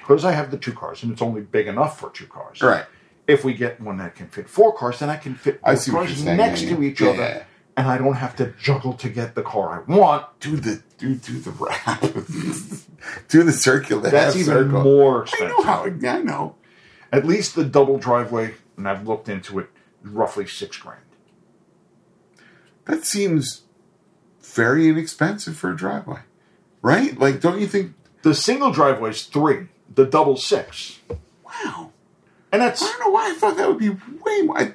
Because I have the two cars and it's only big enough for two cars.
Right.
If we get one that can fit four cars, then I can fit
I
both
see what
cars
you're saying,
next
yeah,
to
yeah.
each
Yeah,
other,
yeah.
and I don't have to juggle to get the car I want.
Do the do do the wrap. do the circle. The
That's
half
even
circle.
more
I
expensive.
know how. I know.
At least the double driveway, and I've looked into it, roughly six grand.
that seems very inexpensive for a driveway, right? Like, don't you think?
The single driveway is three. The double six,
Wow,
and that's
I don't know why I thought that would be way more. I,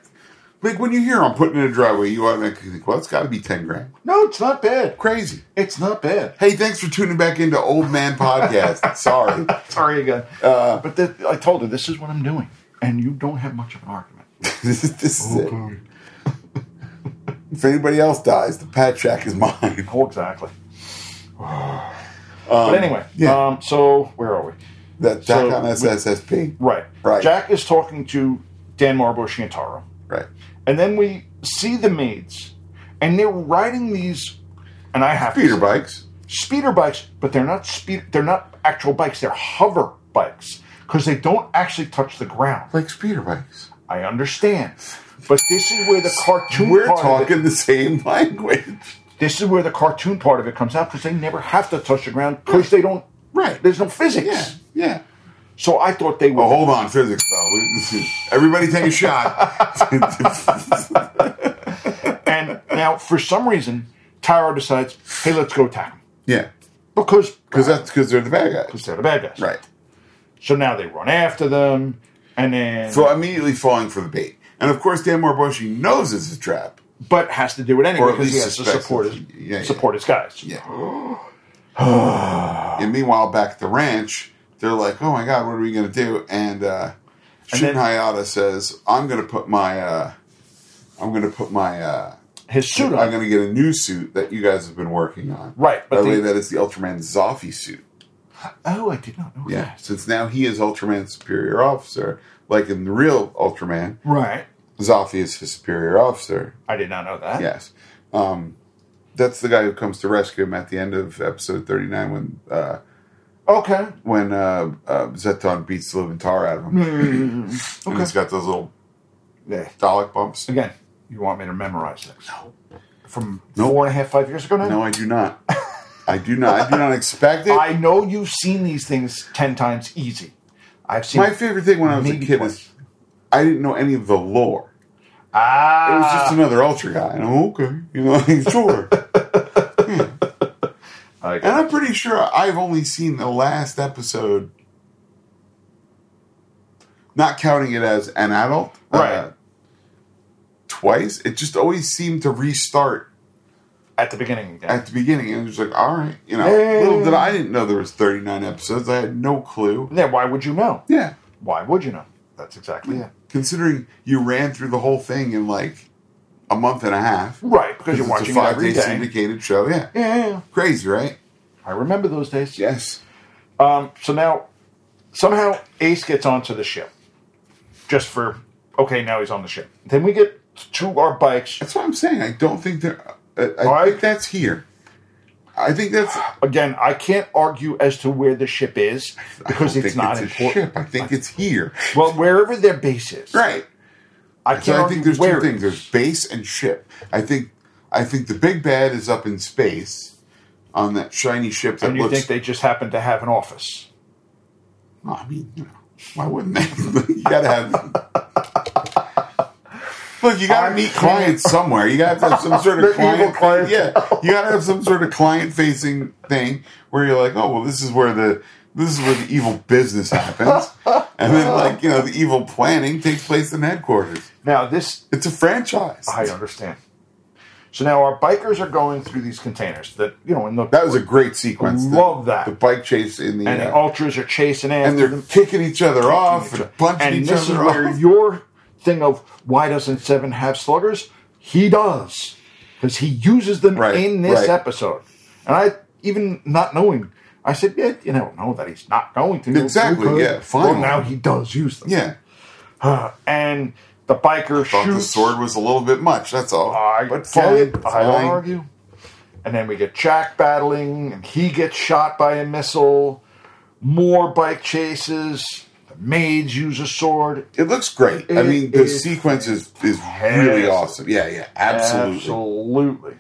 like when you hear I'm putting in a driveway, you automatically think, well, it's got to be ten grand.
no, it's not bad.
Crazy.
It's not bad.
Hey, thanks for tuning back into Old Man Podcast. Sorry,
Sorry again.
Uh,
but th- I told her this is what I'm doing, and you don't have much of an argument.
this is, this is it. If anybody else dies, the pat shack is mine.
Oh, exactly. but anyway,
Um, yeah.
um, so where are we?
That
So,
tack on SSSP,
Right.
Right.
Jack is talking to Dan Marbo Shantaro.
right?
And then we see the maids, and they're riding these, and I have to
Peter
say-
bikes.
speeder bikes, but they're not speed. They're not actual bikes. They're hover bikes because they don't actually touch the ground.
Like speeder bikes.
I understand, but this is where the cartoon.
We're
part of it-
talking the same language.
This is where the cartoon part of it comes out because they never have to touch the ground because they don't.
Right.
There's no physics.
Yeah, yeah.
So I thought they were.
Well, hold on, physics though. We- this is- Everybody take a shot.
And now, for some reason, Tyro decides, hey, let's go attack them.
yeah,
Because
because that's because they're the bad guys,
they're the bad guys.
right?
So now they run after them. And then.
So immediately falling for the bait, and of course Dan Morboshi knows it's a trap.
but has to do it anyway
Or at
because he
least
has to
suspects
support
it.
his,
Yeah, yeah.
support his guys.
Yeah. and meanwhile, back at the ranch, they're like, "Oh my god, what are we gonna do?" And uh, Shun
then-
Hayata says, "I'm gonna put my, uh, I'm gonna put my, uh,
His suit
I'm
on.
gonna get a new suit that you guys have been working on,
Right,
By
but
the way,
they-
that is the Ultraman Zoffy suit.
oh, I did not know
Yeah,
that.
since now he is Ultraman's superior officer, like in the real Ultraman,
Right.
Zoffy is his superior officer.
I did not know that.
Yes. Um, that's the guy who comes to rescue him at the end of episode 39 when uh,
Okay.
when uh, uh, Zeton beats the living tar out of
Mm-hmm.
him. And he's got those little
Yeah.
Dalek bumps.
Again, you want me to memorize this? No. From
Nope.
four and a half, five years ago now?
No, I do not. I do not. I do not expect it.
I know you've seen these things ten times easy. I've seen
My favorite thing when I was a
Maybe
kid
twice.
is I didn't know any of the lore. It
ah,
was just another Ultra guy. And I'm okay. You know, like, sure.
I
and I'm pretty sure I've only seen the last episode, not counting it as an adult. uh,
Right.
twice. It just always seemed to restart
at the beginning. Again.
at the beginning, and it was like, all right, you know,
Yeah.
little did I didn't know there was 39 episodes. I had no clue.
yeah, why would you know?
Yeah,
Why would you know? That's exactly it.
Considering you ran through the whole thing in like a month and a half,
Right, because you're
it's a
watching it every
five-day
day.
syndicated show. Yeah,
Yeah, yeah, yeah.
crazy, right?
I remember those days.
Yes.
Um, so now, somehow Ace gets onto the ship, just for okay. Now he's on the ship. Then we get to our bikes
That's what I'm saying. I don't think there. I, I
Why?
think that's here. I think that's.
again. I can't argue as to where the ship is because
I don't
it's
think
not
a
important.
ship. I think it's here.
Well, wherever their base is,
Right.
I can't.
So I
argue
think there's
where
two
it
things:
is.
there's base and ship. I think I think the big bad is up in space on that shiny ship that
And you
looks.
think they just happen to have an office?
Well, I mean, you know, why wouldn't they? you gotta have. Look, you gotta
I
meet
can't-
clients somewhere. You gotta have some sort
The
of
evil
client,
client.
Yeah, you gotta have some sort of client-facing thing where you're like, oh well, this is where the this is where the evil business happens, and then like you know the evil planning takes place in headquarters.
Now this,
It's a franchise.
I understand. So now our bikers are going through these containers that you know in the
That was a great sequence. The-
Love that.
The bike chase in the
and
uh,
the ultras are chasing after
and they're
them.
kicking each other off and punching
and
each
this
other
is where
off.
your thing of why doesn't Seven have sluggers? He does because he uses them
Right,
in this
right.
episode. And I even not knowing, I said, yeah, you know, no, that he's not going to
Exactly,
Okay.
yeah,
Well,
finally.
now he does use them.
yeah,
and the biker
thought
shoots.
the sword was a little bit much. That's all.
I,
but fine,
fine, I don't
fine.
argue. And then we get Jack battling, and he gets shot by a missile. More bike chases. The maids use a sword.
It looks great. I
It
mean, the
is
sequence is is really
fantastic.
awesome. Yeah, yeah, absolutely.
Absolutely.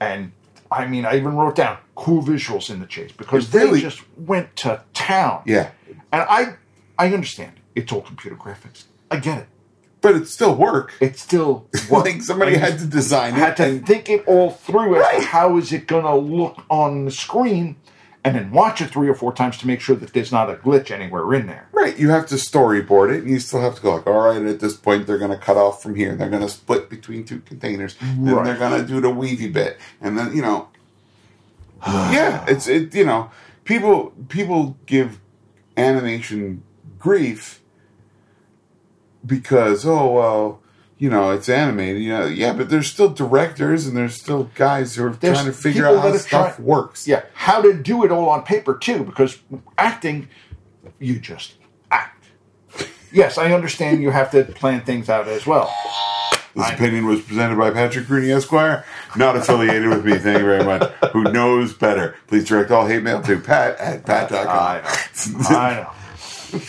And I mean, I even wrote down cool visuals in the chase because
It
they
really-
just went to town.
Yeah,
And I I understand. It's all computer graphics. I get it.
but it still work.
It still
like somebody had to design it.
had to
and-
think it all through as
Right.
to how is it going to look on the screen and then watch it three or four times to make sure that there's not a glitch anywhere in there.
Right, you have to storyboard it, and you still have to go like, all right. At this point, they're going to cut off from here. They're going to split between two containers. Then
Right.
they're going to do the weavy bit, and then you know, yeah, it's it. You know, people people give animation grief because oh well, you know, it's animated. You know, yeah, but there's still directors and there's still guys who are
There's
trying to figure
people
out how
that are
stuff
trying-
works.
Yeah, how to do it all on paper too, because acting, you just act. Yes, I understand you have to plan things out as well.
This opinion was presented by Patrick Rooney Esquire, not affiliated with me. Thank you very much. Who knows better? Please direct all hate mail to pat at
I
pat.com.
know. I know.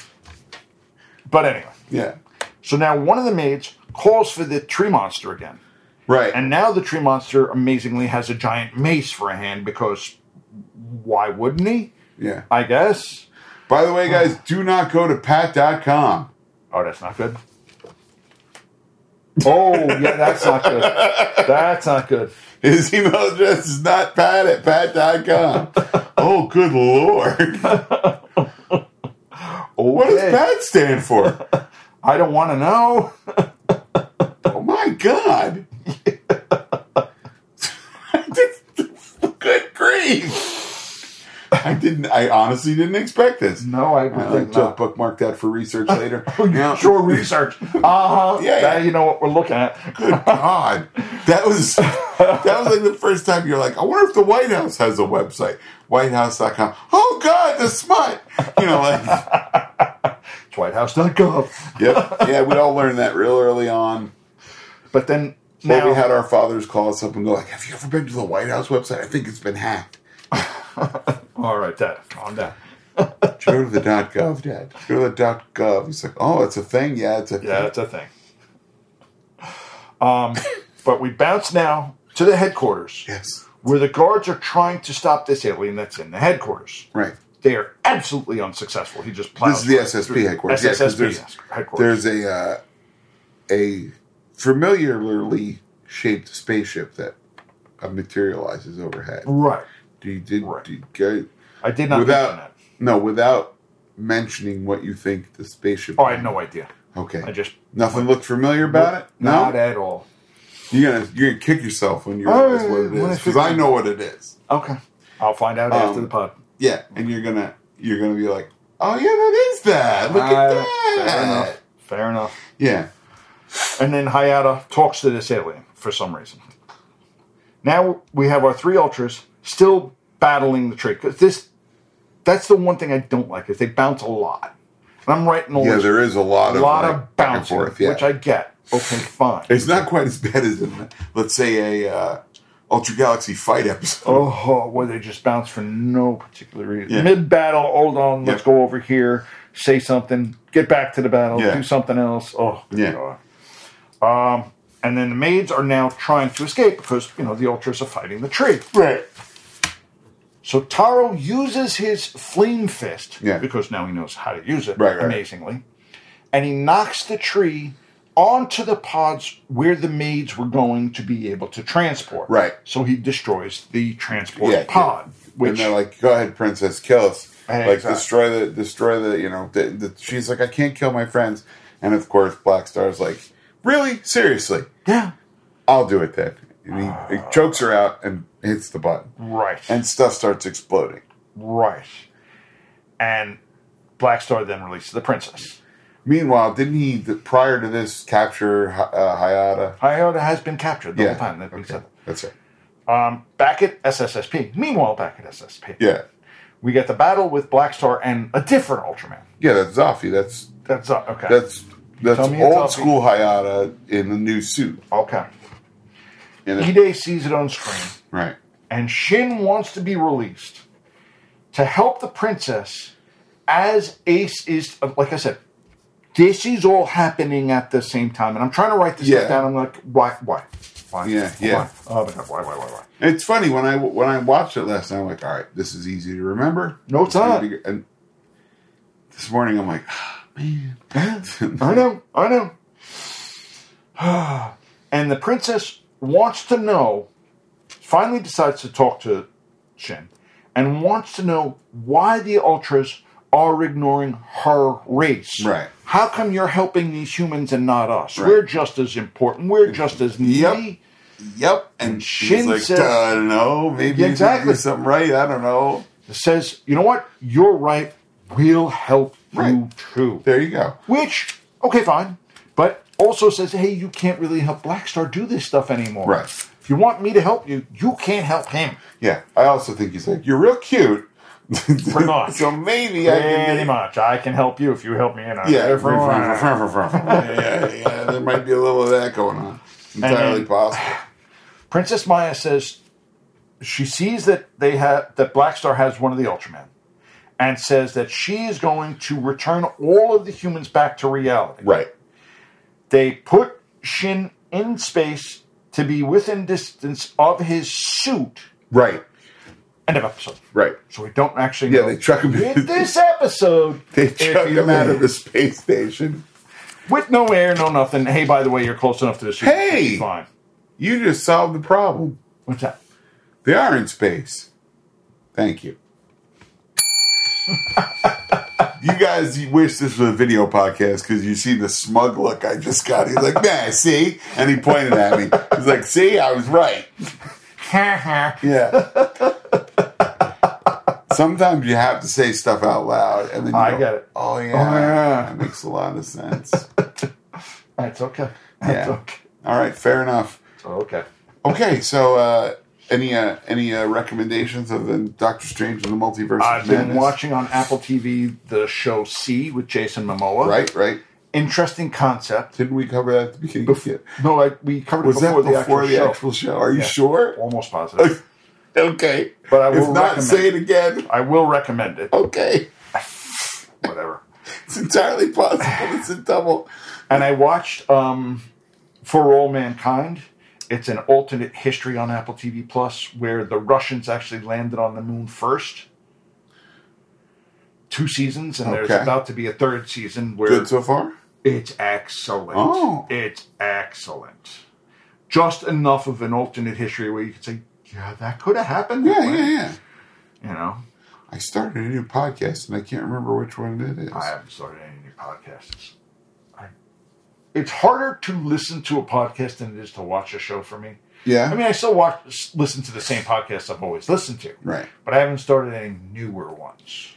But anyway,
yeah.
so now one of the maids calls for the tree monster again.
Right.
And now the tree monster amazingly has a giant mace for a hand because why wouldn't he?
yeah.
I guess.
By the way, guys, do not go to pat.com.
Oh, that's not good. Oh, yeah, that's not good. That's not good.
His email address is not pat at pat.com. oh, good lord. What does
Okay.
pat stand for?
I don't want to know.
Oh, my God. good grief. I didn't, I honestly didn't expect this.
No, I
I
would
like
think
to
not.
bookmark that for research later. Now-
Sure, research. Uh huh.
Yeah,
Yeah,
yeah.
you know what we're looking at.
Good God, that was that was like the first time you're like, I wonder if the White House has a website, WhiteHouse.com. Oh God, the smut. You know, like,
It's WhiteHouse.gov.
yep, yeah, we all learned that real early on.
But then
Now,
now,
we had our fathers call us up and go, like, Have you ever been to the White House website? I think it's been hacked.
all right, Dad, calm down.
Did you Go to the .gov, Dad. Did you Go to the .gov. He's like, Oh, it's a thing. Yeah, it's a thing.
Yeah, that's a thing. Um, but we bounce now to the headquarters,
Yes,
where the guards are trying to stop this alien that's in the headquarters.
right.
They are absolutely unsuccessful. He just
This
plows.
is the
right
SSP
through-
headquarters. Yeah, 'cause
SSP
there's-
headquarters.
There's a uh, a familiarly shaped spaceship that uh, materializes overhead.
Right.
Do you did,
Right.
do you get
I did not
Without-
mention that.
no without mentioning what you think the spaceship?
Oh, I had no idea.
Okay,
I just
nothing looked familiar about it.
Not
No,
at all.
you're gonna you're gonna kick yourself when you
Oh,
realize what it
when I
is because
figure-
I know what it is.
Okay. I'll find out after
Um,
the pod.
Yeah, and you're gonna you're gonna be like, oh yeah, that is that. Look at
Uh,
that.
Fair enough. Fair enough.
Yeah,
And then Hayata talks to this alien for some reason. Now we have our three ultras still battling the tree because this that's the one thing I don't like is they bounce a lot. And I'm writing all
yeah.
this
There is a
a
lot of
lot
like,
of
back and
bouncing,
forth, yeah.
which I get. Okay, fine.
It's not quite as bad as, in, let's say, a uh, Ultra Galaxy fight episode.
Oh, where they just bounce for no particular reason.
Yeah.
Mid battle, hold on, let's
Yeah.
go over here, say something, get back to the battle,
Yeah.
do something else. Oh,
Yeah.
God. Um, and then the maids are now trying to escape because, you know, the ultras are fighting the tree.
Right.
So Taro uses his flame fist
Yeah.
because now he knows how to use it
Right, right.
amazingly. And he knocks the tree onto the pods where the maids were going to be able to transport.
Right.
So he destroys the transport
Yeah, yeah.
pod.
and
Which
they're like, go ahead, Princess, kill us.
Hey,
like,
exactly.
destroy the, destroy the, you know, the, the, she's like, I can't kill my friends. And of course, Black Star's like, really? Seriously?
yeah.
I'll do it then. And he, he chokes her out and hits the button.
Right.
And stuff starts exploding.
right. And Black Star then releases the princess.
Meanwhile, didn't he, the, prior to this, capture Hi- uh, Hayata?
Iota has been captured the
Yeah.
whole time that we
Okay.
said
That's right.
that. Um, back at SSSP. Meanwhile, back at SSP.
Yeah.
We get the battle with Black Star and a different Ultraman.
Yeah, that's Zafi. That's
That's uh, okay.
That's that's
Tell me it's
old
off.
school Hayata in the new suit.
okay.
In it-
Ide sees it on screen,
right.
and Shin wants to be released to help the princess. As Ace is, like I said, this is all happening at the same time, and I'm trying to write this
Yeah.
stuff down. I'm like, why, why, why?
Yeah, yeah.
Why? Oh my god, why, why, why, why?
It's funny when I when I watched it last night. I'm like, all right, this is easy to remember.
No, it's
This is
not.
gonna be- And this morning, I'm like, ah, man.
I know, I know. and the princess wants to know, finally decides to talk to Shin, and wants to know why the Ultras are ignoring her race.
Right.
How come you're helping these humans and not us?
Right. Mm-hmm.
We're just as important. We're just as
Yep.
needy.
Yep. And she's
Shin
like,
says-
"Duh, I don't know. Maybe exactly.
Exactly.
something right. I don't know.
Says, you know what? You're right. We'll help you
Right.
too.
There you go.
Which, okay, fine. But also says, hey, you can't really help Blackstar do this stuff anymore.
Right.
If you want me to help you, you can't help him.
Yeah. I also think he's like, you're real cute. Pretty
much.
so maybe I can
Pretty much. I can help you if you help me in. a-
Yeah, yeah, yeah. There might be a little of that going on. Entirely
then-
possible.
Princess Maya says she sees that they have that Blackstar has one of the Ultraman and says that she is going to return all of the humans back to reality.
Right.
They put Shin in space to be within distance of his suit.
Right.
End of episode.
Right.
So we don't actually
Yeah,
know.
they chuck him-
with this episode.
They
if
chuck
you
him out
live.
of the space station.
with no air, no nothing. Hey, by the way, you're close enough to the suit.
Hey!
It's fine.
You just solved the problem.
What's that?
They are in space. Thank you. you guys wish this was a video podcast because you see the smug look I just got. He's like, man, see? And he pointed at me. He's like, see, I was right.
Ha ha.
Yeah. Sometimes you have to say stuff out loud, and then you
I
go,
get it.
Oh yeah,
yeah."
that makes a lot of sense.
That's okay. That's
yeah.
okay.
All right, fair enough.
Okay.
Okay, so uh, any uh, any uh, recommendations of the Doctor Strange and the Multiverse? of
I've been
Madness?
watching on Apple TV the show C with Jason Momoa.
Right, right.
Interesting concept.
Didn't we cover that at the beginning?
Bef- No, I, we covered
Was
it before,
that before the
show.
actual show? Are you
Yeah.
sure?
Almost positive.
Okay.
But I will
if not,
recommend-
say it again.
I will recommend it.
Okay.
Whatever.
It's entirely possible. It's a double.
And I watched um, For All Mankind. It's an alternate history on Apple TV Plus where the Russians actually landed on the moon first. Two seasons, and
Okay.
there's about to be a third season where
Good so far.
It's excellent.
Oh.
It's excellent. Just enough of an alternate history where you could say, yeah, that could have happened. that
Yeah,
way."
yeah, yeah.
You know,
I started a new podcast and I can't remember which one it is.
I haven't started any new podcasts. I, it's harder to listen to a podcast than it is to watch a show for me.
yeah.
I mean, I still watch, s- listen to the same podcasts I've always listened to,
right.
but I haven't started any newer ones.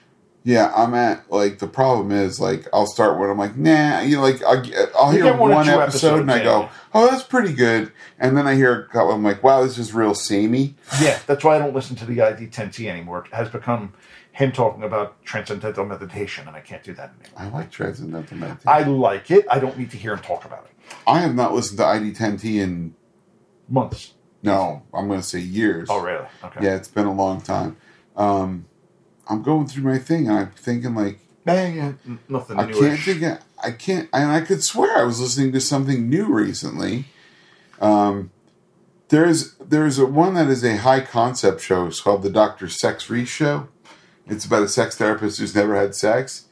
Yeah, I'm at like the problem is like I'll start one. I'm like, nah, you know, like I'll, get- I'll
You
hear
get one
one,
or two
episode
episodes
and I
in.
go, oh, that's pretty good. And then I hear a couple. I'm like, wow, this is real samey.
Yeah, that's why I don't listen to the ID10T anymore. It has become him talking about transcendental meditation, and I can't do that anymore.
I like transcendental meditation. I,
I like it. I don't need to hear him talk about it.
have not listened to ID10T in
Months.
no, I'm going to say years.
Oh, really? Okay.
Yeah, it's been a long time. Um, I'm going through my thing and I'm thinking like
Bang, yeah. n- nothing
I
new.
can't think. Of, I can't, and I could swear I was listening to something new recently. Um, there's there's a one that is a high concept show. It's called the Doctor Sex Re Show. It's about a sex therapist who's never had sex.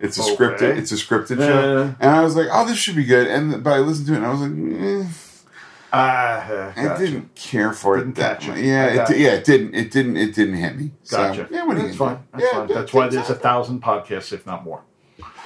It's a
Okay.
scripted. It's a scripted
Yeah.
show, and I was like, "Oh, this should be good." And but I listened to it, and I was like, eh.
Ah,
I didn't care for
Didn't
it that
catch it.
much.
I
Yeah, it,
gotcha.
di- yeah, it didn't. It didn't. It didn't hit me. So,
Gotcha.
yeah, what are you
That's
gonna
fine.
do?
That's
Yeah,
fine.
that-
That's why there's a
exactly.
thousand podcasts, if not more.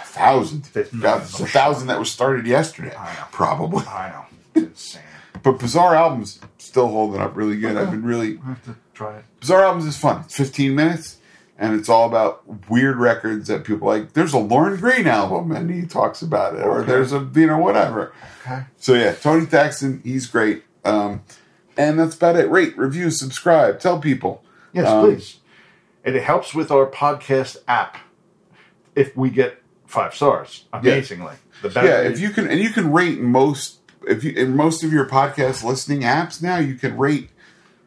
thousand.
There's no-
God, it's a thousand that was started yesterday,
I know.
probably.
I know. It's insane.
But Bizarre Albums still holding up really good. I've been really
I have to try it.
Bizarre Albums is fun. It's 15 minutes and it's all about weird records that people like. There's a Lauren Green album and he talks about it, or
Okay.
there's a you know whatever.
Okay.
So yeah, Tony Thaxton, he's great. Um, and that's about it. Rate, review, subscribe, tell people.
Yes,
Um,
please. And it helps with our podcast app if we get five stars, amazingly. The better
Yeah,
it
if
is.
you can and you can rate most if you in most of your podcast listening apps now you can rate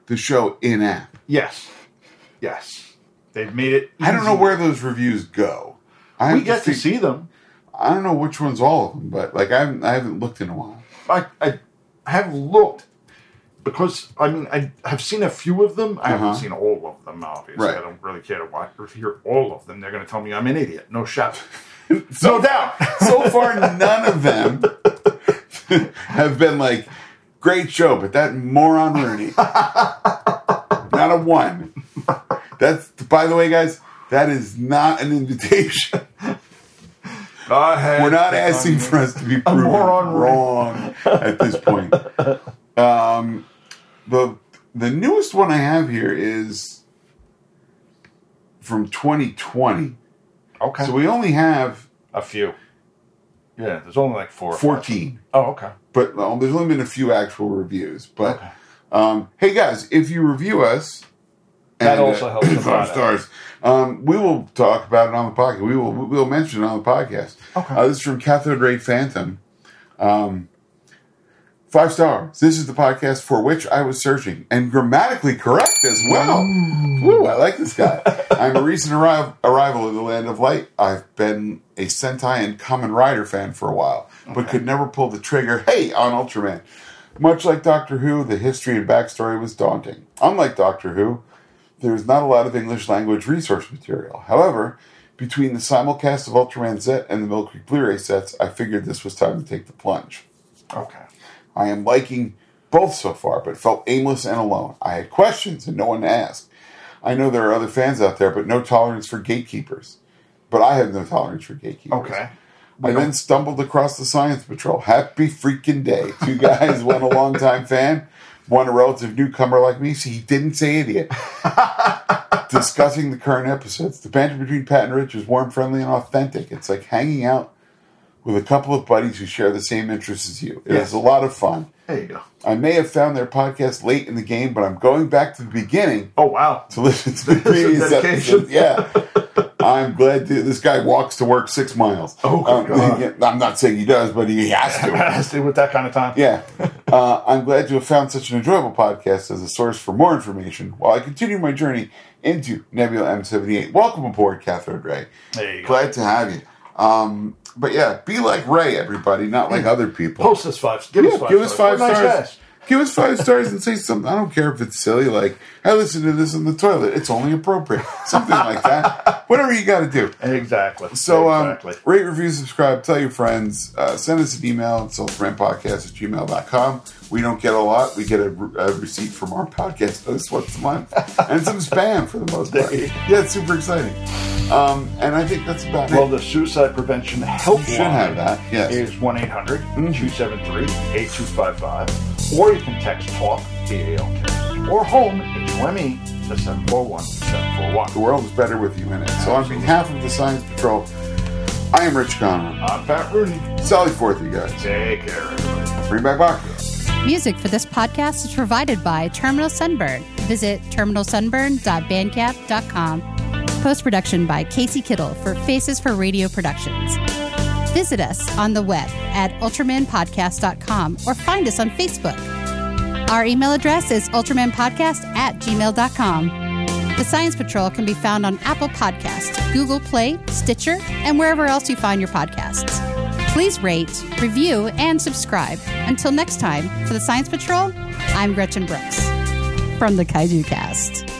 the show in app.
Yes. Yes. They've made it.
I don't know
easy.
where those reviews go. I
we
have
get to
think-
see them.
I don't know which one's all of them, but like I haven't, I haven't looked in a while.
I, I have looked because I mean I have seen a few of them. I haven't
Uh-huh.
seen all of them. Obviously,
Right.
I don't really care to watch or hear all of them. They're going to tell me I'm an idiot. No shot. no doubt.
So far, none of them have been like great show, but that moron Rooney, not a one. That's by the way, guys. That is not an invitation. We're not asking for us to be proven
moron Rooney.
wrong at this point. Um, the the newest one I have here is from 2020.
Okay.
So we only have
a few. Yeah, there's only like four. or five.
14,
Oh, okay.
but well, there's only been a few actual reviews. But
Okay.
um, hey, guys, if you review us,
That
and,
also helps the
five
product.
stars. Um, we will talk about it on the podcast. We will we'll mention it on the podcast.
Okay.
Uh, this is from Cathode Ray Phantom. Um, five stars. This is the podcast for which I was searching, and grammatically correct as well. Woo! I like this guy. I'm a recent arri- arrival in the land of light. I've been a Sentai and Common Rider fan for a while, but could never pull the trigger. Hey, on Ultraman. Much like Doctor Who, the history and backstory was daunting. Unlike Doctor Who, there is not a lot of English language resource material. However, between the simulcast of Ultraman Z and the Mill Creek Blu-ray sets, I figured this was time to take the plunge.
Okay.
I am liking both so far, but felt aimless and alone. I had questions and no one to ask. I know there are other fans out there, but no tolerance for gatekeepers. But I have no tolerance for gatekeepers.
Okay.
I then stumbled across the Science Patrol. Happy freaking day. Two guys, one a longtime fan, one a relative newcomer like me. See, he didn't say idiot. Discussing the current episodes. The banter between Pat and Rich is warm, friendly, and authentic. It's like hanging out with a couple of buddies who share the same interests as you. It is
Yes.
a lot of fun.
There you go.
I may have found their podcast late in the game, but I'm going back to the beginning
Oh wow.
to listen to the
This is
previous
dedication.
episode. Yeah. I'm glad to, this guy walks to work six miles.
Oh, good God.
yeah, I'm not saying he does, but he has to.
Has to do with that kind of time.
yeah. Uh, I'm glad to have found such an enjoyable podcast as a source for more information while I continue my journey into Nebula M78. Welcome aboard, Catherine Ray.
There you go.
Glad to have you. Um, but yeah, be like Ray, everybody, not like other people.
Hmm. Post us five. Give us
Yeah,
five.
give us
stars.
five
We're nice
stars.
guys.
Give us five stars and say something. I don't care if it's silly. Like I listened to this in the toilet. It's only appropriate. Something like that. Whatever you got to do.
Exactly.
So um,
exactly.
rate, review, subscribe, tell your friends. Uh, send us an email at selfbrandpodcast at gmail.com. We don't get a lot. We get a, re- a receipt from our podcast host once a month and some spam for the most part.
There you-
Yeah, it's super exciting. Um, and I think that's about
Well,
it.
the suicide prevention
You
helpline
should have that. Yes. Mm-hmm.
is 1 800 273 8255, or you can text TALK, T A L K, or home, H O M E, to 741
The
741.
world is better with you in it. So, on behalf of the Science Patrol, I am Rich Conrad.
I'm Pat Rooney.
Sally forth, you guys.
Take care, everybody.
Bring back Bakugo.
Music for this podcast is provided by Terminal Sunburn. Visit terminalsunburn.bandcamp.com. Post production by Casey Kittle for Faces for Radio Productions. Visit us on the web at ultramanpodcast.com or find us on Facebook. Our email address is ultramanpodcast at gmail.com. The Science Patrol can be found on Apple Podcasts, Google Play, Stitcher, and wherever else you find your podcasts. Please rate, review, and subscribe. Until next time, for the Science Patrol, I'm Gretchen Brooks from the Kaiju Cast.